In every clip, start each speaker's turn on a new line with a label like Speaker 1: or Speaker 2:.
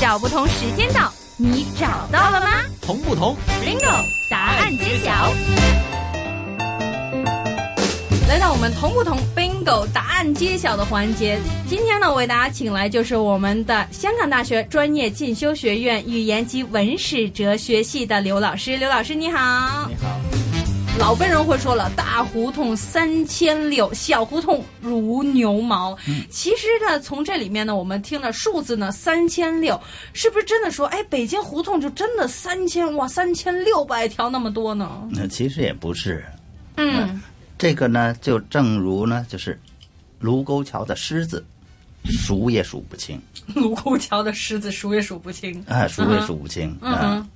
Speaker 1: 找不同时间到，你找到了吗
Speaker 2: 同不同？
Speaker 1: ？Bingo，答案揭晓。来到我们同不同 Bingo 答案揭晓的环节，今天呢，为大家请来就是我们的香港大学专业进修学院语言及文史哲学系的刘老师。刘老师你好，
Speaker 2: 你好，
Speaker 1: 老辈人会说了，大胡同三千六，小胡同如牛毛。其实呢，从这里面呢，我们听了数字呢，三千六，是不是真的说，哎，北京胡同就真的三千哇，三千六百条那么多呢？
Speaker 3: 那其实也不是，
Speaker 1: 嗯，
Speaker 3: 这个呢，就正如呢，就是卢沟桥的狮子，数也数不清，
Speaker 1: 卢沟桥的狮子数也数不清。
Speaker 3: 啊，数也数不清，
Speaker 1: 嗯
Speaker 3: 啊，
Speaker 1: 哼。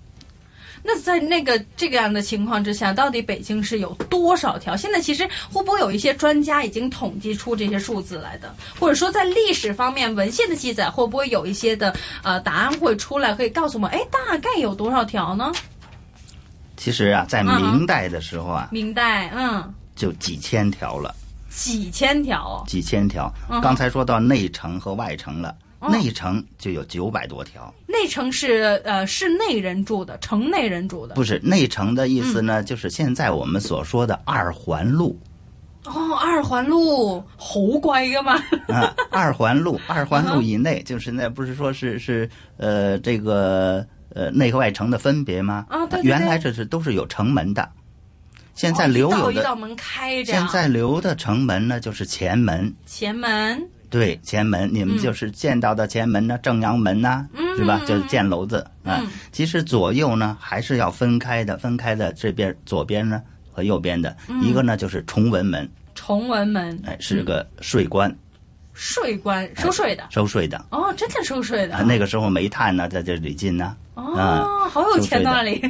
Speaker 1: 那在那个这个样的情况之下，到底北京是有多少条？现在其实会不会有一些专家已经统计出这些数字来的？或者说在历史方面文献的记载，会不会有一些的呃答案会出来，可以告诉我们，哎，大概有多少条呢？
Speaker 3: 其实啊，在
Speaker 1: 嗯哼
Speaker 3: 明代的时候啊，
Speaker 1: 明代，嗯，
Speaker 3: 就几千条了，
Speaker 1: 几千条，
Speaker 3: 几千条。
Speaker 1: 嗯
Speaker 3: 刚才说到内城和外城了，
Speaker 1: 哦
Speaker 3: 内城就有九百多条，
Speaker 1: 内城是呃是内人住的，城内人住的。
Speaker 3: 不是内城的意思
Speaker 1: 嗯
Speaker 3: 呢，就是现在我们所说的二环路
Speaker 1: 哦，二环路好乖个嘛，
Speaker 3: 啊，二环路， 二环路以内，就是那不是说是是呃这个呃内和外城的分别吗？
Speaker 1: 啊对对对
Speaker 3: 原来这是都是有城门的，现在
Speaker 1: 哦
Speaker 3: 留
Speaker 1: 一道
Speaker 3: 有
Speaker 1: 一
Speaker 3: 的、
Speaker 1: 道门开着，
Speaker 3: 现在留的城门呢就是前门，
Speaker 1: 前门，
Speaker 3: 对前门，你
Speaker 1: 嗯
Speaker 3: 们就是见到的前门呢，正阳门呐、是吧？就是建楼子啊。
Speaker 1: 嗯
Speaker 3: 其实左右呢还是要分开的，分开的这边左边呢和右边的、
Speaker 1: 嗯
Speaker 3: 一个呢就是崇文门，
Speaker 1: 崇文门，
Speaker 3: 哎，是
Speaker 1: 嗯
Speaker 3: 个税官
Speaker 1: 税官收税的。
Speaker 3: 收税的。
Speaker 1: 哦，真的收税的
Speaker 3: 哎啊，那个啊时候煤炭呢，在这里进呢，
Speaker 1: 哦，好有钱的那里，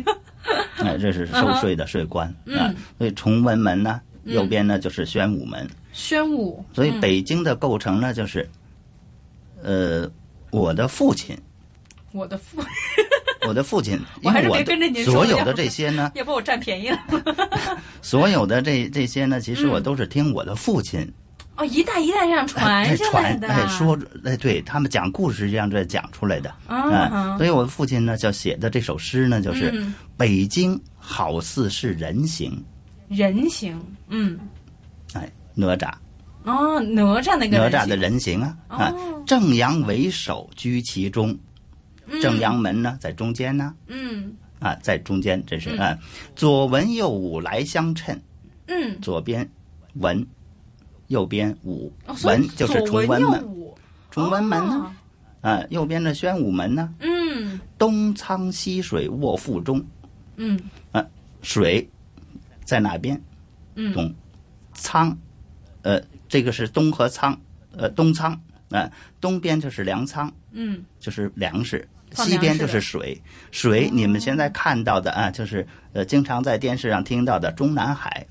Speaker 3: 哎，这是收税的税官
Speaker 1: 嗯
Speaker 3: 啊。所以崇文门呢，右边呢就是宣武门。
Speaker 1: 宣武，嗯
Speaker 3: 所以北京的构成呢，就是，呃，我的父亲，
Speaker 1: 我的父
Speaker 3: 我的父亲，
Speaker 1: 我
Speaker 3: 因
Speaker 1: 还是
Speaker 3: 为我
Speaker 1: 别跟着
Speaker 3: 的
Speaker 1: 您说
Speaker 3: 所
Speaker 1: 了
Speaker 3: 有的这些呢
Speaker 1: ，要把我占便宜 了。
Speaker 3: 所有的这这些呢，其实
Speaker 1: 嗯
Speaker 3: 我都是听我的父亲
Speaker 1: 哦，一代一代这样
Speaker 3: 在
Speaker 1: 传下来
Speaker 3: 传
Speaker 1: 的，嗯
Speaker 3: 哎说哎，对他们讲故事这样在讲出来的
Speaker 1: 啊
Speaker 3: 哎所以我的父亲呢，就写的这首诗呢，就是
Speaker 1: 嗯
Speaker 3: 北京好似是人形，
Speaker 1: 人形，嗯，
Speaker 3: 哎，哪吒。
Speaker 1: 哦，哪吒那个
Speaker 3: 哪
Speaker 1: 人
Speaker 3: 吒的
Speaker 1: 形，
Speaker 3: 人形啊，啊
Speaker 1: 哦，
Speaker 3: 正阳为首居其中，正阳门呢在中间呢，
Speaker 1: 嗯
Speaker 3: 啊，在中间这是啊，左文右武来相衬，
Speaker 1: 嗯，
Speaker 3: 左边文，右边武
Speaker 1: 哦，所以
Speaker 3: 文就是
Speaker 1: 左
Speaker 3: 崇文
Speaker 1: 右
Speaker 3: 门，
Speaker 1: 武，
Speaker 3: 崇文门
Speaker 1: 哦
Speaker 3: 呢，啊，右边的宣武门呢，
Speaker 1: 嗯
Speaker 3: 东仓西水卧腹中，
Speaker 1: 嗯
Speaker 3: 啊，水在哪边？
Speaker 1: 嗯
Speaker 3: 东仓，呃，这个是东和仓，呃，东仓，啊，东边就是粮仓。
Speaker 1: 嗯，
Speaker 3: 就是粮食，
Speaker 1: 放
Speaker 3: 西边
Speaker 1: 粮食哦
Speaker 3: 就是水。水你们现在看到的啊，就是呃，经常在电视上听到的中南海。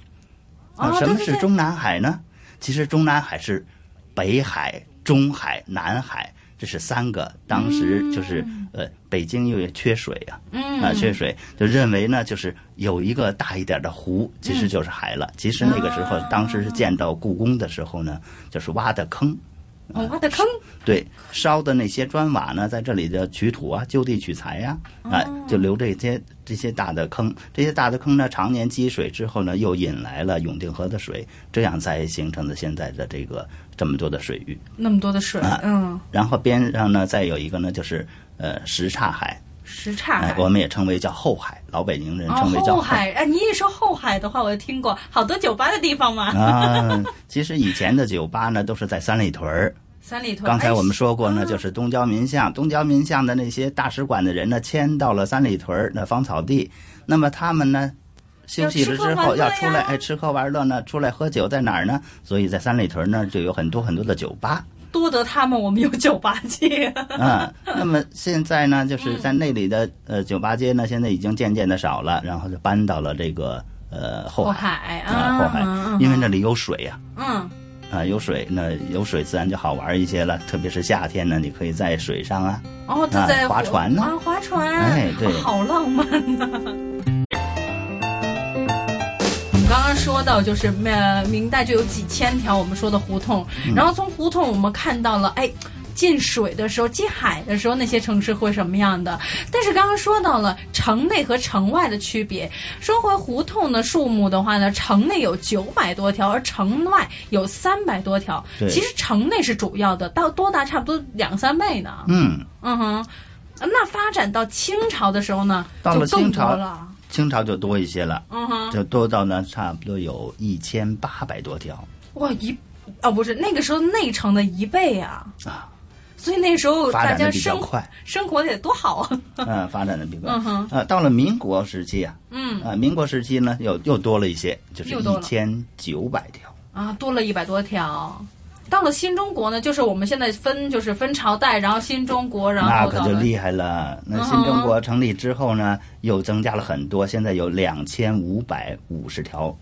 Speaker 3: 啊，
Speaker 1: 哦
Speaker 3: 什么
Speaker 1: 对对
Speaker 3: 是
Speaker 1: 对
Speaker 3: 中南海呢？其实中南海是北海、中海、南海，这是三个。当时就是、呃，北京因为缺水啊，
Speaker 1: 嗯
Speaker 3: 啊缺水，就认为呢，就是有一个大一点的湖，其
Speaker 1: 嗯
Speaker 3: 实就是海了。其实那个时候，
Speaker 1: 哦
Speaker 3: 当时是建造故宫的时候呢，就是挖的坑。
Speaker 1: 哦挖的坑，
Speaker 3: 对，烧的那些砖瓦呢，在这里的取土啊，就地取材呀、啊，
Speaker 1: 哦
Speaker 3: 就留这些这些大的坑。这些大的坑呢，常年积水之后呢，又引来了永定河的水，这样才形成的现在的这个这么多的水域。
Speaker 1: 那么多的水，
Speaker 3: 啊
Speaker 1: 嗯，
Speaker 3: 然后边上呢，再有一个呢，就是呃什刹海，
Speaker 1: 什刹
Speaker 3: 哎、
Speaker 1: 海。
Speaker 3: 我们也称为叫后海，老北京人
Speaker 1: 哦
Speaker 3: 称为，叫
Speaker 1: 后海，哎，你一说后海的话，我就听过好多酒吧的地方嘛，
Speaker 3: 啊，其实以前的酒吧呢，都是在三里屯儿。
Speaker 1: 三里屯。
Speaker 3: 刚才
Speaker 1: 哎
Speaker 3: 我们说过呢，就是东交民巷，东交民巷的那些大使馆的人呢，迁到了三里屯儿那芳草地。那么他们呢，休息了之后
Speaker 1: 要
Speaker 3: 要
Speaker 1: 吃喝
Speaker 3: 出
Speaker 1: 玩乐呀
Speaker 3: 来，哎，吃喝玩乐呢，出来喝酒在哪儿呢？所以在三里屯呢，就有很多很多的酒吧。
Speaker 1: 多得他们，我们有酒吧去。
Speaker 3: 啊， 那么现在呢，就是在那里的呃酒吧街呢，现在已经渐渐的少了，然后就搬到了这个呃后
Speaker 1: 后
Speaker 3: 海
Speaker 1: 海
Speaker 3: 啊后海，因为那里有水呀、
Speaker 1: 嗯，
Speaker 3: 啊，有水，那有水自然就好玩一些了。特别是夏天呢，你可以在水上啊，
Speaker 1: 哦，就在
Speaker 3: 啊划
Speaker 1: 火
Speaker 3: 船呢
Speaker 1: 啊，划船，
Speaker 3: 哎对
Speaker 1: 啊 好浪漫呐、我们刚刚说到，就是
Speaker 3: 嗯
Speaker 1: 呃，明代就有几千条我们说的胡同，然后从胡同我们看到了，哎，进水的时候、进海的时候，那些城市会什么样的？但是刚刚说到了城内和城外的区别，说回胡同的数目的话呢，城内有九百多条，而城外有三百多条。
Speaker 3: 对
Speaker 1: 其实城内是主要的，到多达差不多两三倍呢。
Speaker 3: 嗯，
Speaker 1: 嗯哼，那发展到清朝的时候呢，
Speaker 3: 到了
Speaker 1: 就更
Speaker 3: 清
Speaker 1: 多
Speaker 3: 朝
Speaker 1: 了。
Speaker 3: 清朝就多一些了，
Speaker 1: 嗯哼，
Speaker 3: 就多到呢差不多有一千八百多条
Speaker 1: 哇一哦不是那个时候内城的一倍啊，
Speaker 3: 啊，
Speaker 1: 所以那时候
Speaker 3: 发
Speaker 1: 哦大
Speaker 3: 展
Speaker 1: 家
Speaker 3: 的比较
Speaker 1: 生活
Speaker 3: 快。
Speaker 1: 生活得多好啊。
Speaker 3: 嗯，发展的比较快。
Speaker 1: 嗯哼
Speaker 3: 呃，到了民国时期啊，
Speaker 1: 嗯
Speaker 3: 啊，民国时期呢，又又多了一些，就是
Speaker 1: 又多了
Speaker 3: 一千九百条。
Speaker 1: 啊，多了一百多条。到了新中国呢，就是我们现在分就是分朝代，然后新中国，然
Speaker 3: 那
Speaker 1: 后
Speaker 3: 可
Speaker 1: 到
Speaker 3: 就
Speaker 1: 了
Speaker 3: 厉害了。那
Speaker 1: 嗯
Speaker 3: 新中国成立之后呢，又增加了很多，现在有两千五百五十条，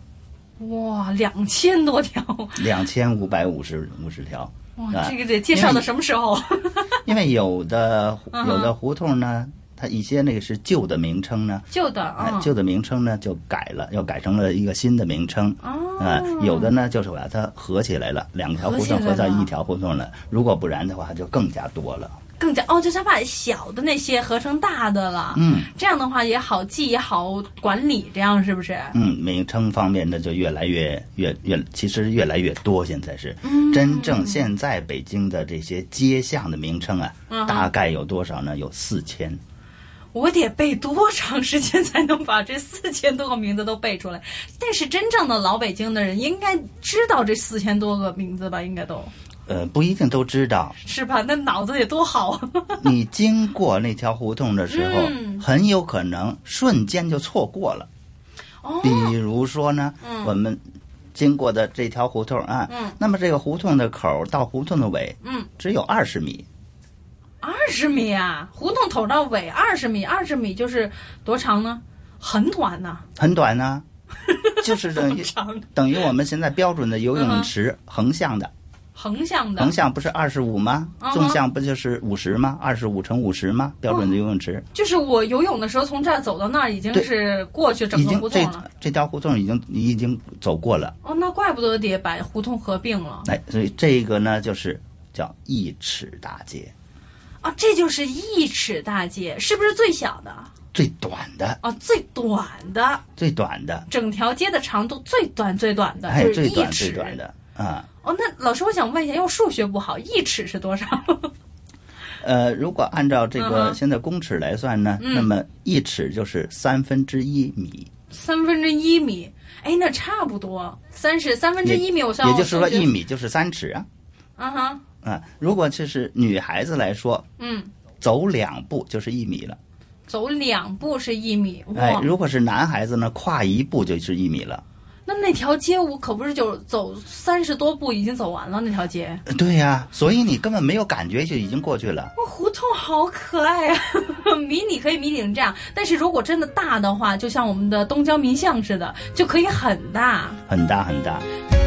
Speaker 1: 哇两千多条，
Speaker 3: 两千五百五十五十条。
Speaker 1: 哇
Speaker 3: 啊
Speaker 1: 这个得介绍到什么时候？
Speaker 3: 因为有的
Speaker 1: 嗯哼
Speaker 3: 有的胡同呢，它一些那个是旧的名称呢，
Speaker 1: 旧的
Speaker 3: 哎
Speaker 1: 啊，
Speaker 3: 旧的名称呢就改了，又改成了一个新的名称。
Speaker 1: 哦
Speaker 3: 啊、有的呢就是把它合起来了，两条胡
Speaker 1: 合
Speaker 3: 同合
Speaker 1: 起来
Speaker 3: 在
Speaker 1: 了
Speaker 3: 一条胡同了。如果不然的话，就更加多了。
Speaker 1: 更加哦，就是把小的那些合成大的了，
Speaker 3: 嗯
Speaker 1: 这样的话也好记也好管理，这样是不是？
Speaker 3: 嗯，名称方面呢就越来越越越，其实越来越多。现在是、
Speaker 1: 嗯
Speaker 3: 真正现在北京的这些街巷的名称啊，
Speaker 1: 嗯哼
Speaker 3: 大概有多少呢？有四千。
Speaker 1: 我得背多长时间才能把这四千多个名字都背出来？但是真正的老北京的人应该知道这四千多个名字吧？应该都
Speaker 3: 呃，不一定都知 道。
Speaker 1: 是吧？那脑子得多好 啊！
Speaker 3: 你经过那条胡同的时候，
Speaker 1: 嗯
Speaker 3: 很有可能瞬间就错过了。
Speaker 1: 哦
Speaker 3: 比如说呢，
Speaker 1: 嗯
Speaker 3: 我们经过的这条胡同啊，
Speaker 1: 嗯
Speaker 3: 那么这个胡同的口到胡同的尾
Speaker 1: 嗯，
Speaker 3: 只有二十米，
Speaker 1: 二十米啊，胡同头到尾二十米，二十米就是多长呢？很短呐、
Speaker 3: 很 短呢、就是等于
Speaker 1: 长
Speaker 3: 等于我们现在标准的游泳池
Speaker 1: 嗯
Speaker 3: 横向的，
Speaker 1: 横向的
Speaker 3: 横，向不是二十五吗
Speaker 1: 嗯？哼
Speaker 3: 纵向不就是五十吗？二十五乘五十吗？标准的游泳池
Speaker 1: 就是我游泳的时候从这儿走到那儿已经
Speaker 3: 对
Speaker 1: 是过去整
Speaker 3: 已
Speaker 1: 个
Speaker 3: 经
Speaker 1: 胡同
Speaker 3: 这
Speaker 1: 了。
Speaker 3: 这条胡同已经已经走过了。
Speaker 1: 哦，那怪不得得把胡同合并了
Speaker 3: 哎，所以这个呢，就是叫一尺大街，
Speaker 1: 啊！这就是一尺大街，是不是最小的？
Speaker 3: 最短的，
Speaker 1: 哦，最短的，
Speaker 3: 最短的，
Speaker 1: 整条街的长度最短最短的，
Speaker 3: 哎，
Speaker 1: 就是
Speaker 3: 最
Speaker 1: 一
Speaker 3: 短
Speaker 1: 尺。
Speaker 3: 最短的啊、
Speaker 1: 哦，那老师，我想问一下，因为我数学不好，一尺是多少？
Speaker 3: 呃，如果按照这
Speaker 1: 嗯
Speaker 3: 个
Speaker 1: 哼嗯
Speaker 3: 现在公尺来算呢，那么一尺就是三分之一米，
Speaker 1: 三分之一米。哎，那差不多，三十三分之一米，我算
Speaker 3: 也
Speaker 1: 我
Speaker 3: 就是
Speaker 1: 数
Speaker 3: 说
Speaker 1: 学
Speaker 3: 一米就是三尺啊。
Speaker 1: 啊哈，
Speaker 3: 啊，如果这是女孩子来说，
Speaker 1: 嗯，
Speaker 3: 走两步就是一米了。
Speaker 1: 走两步是一米，哇，
Speaker 3: 哎，如果是男孩子呢，跨一步就是一米了。
Speaker 1: 那那条街我可不是就走三十多步已经走完了那条街。
Speaker 3: 呃对呀、所以你根本没有感觉就已经过去了。
Speaker 1: 哇，胡同好可爱啊！ 迷你可以迷你成这样，但是如果真的大的话，就像我们的东郊民巷似的，就可以很大。
Speaker 3: 很大很大。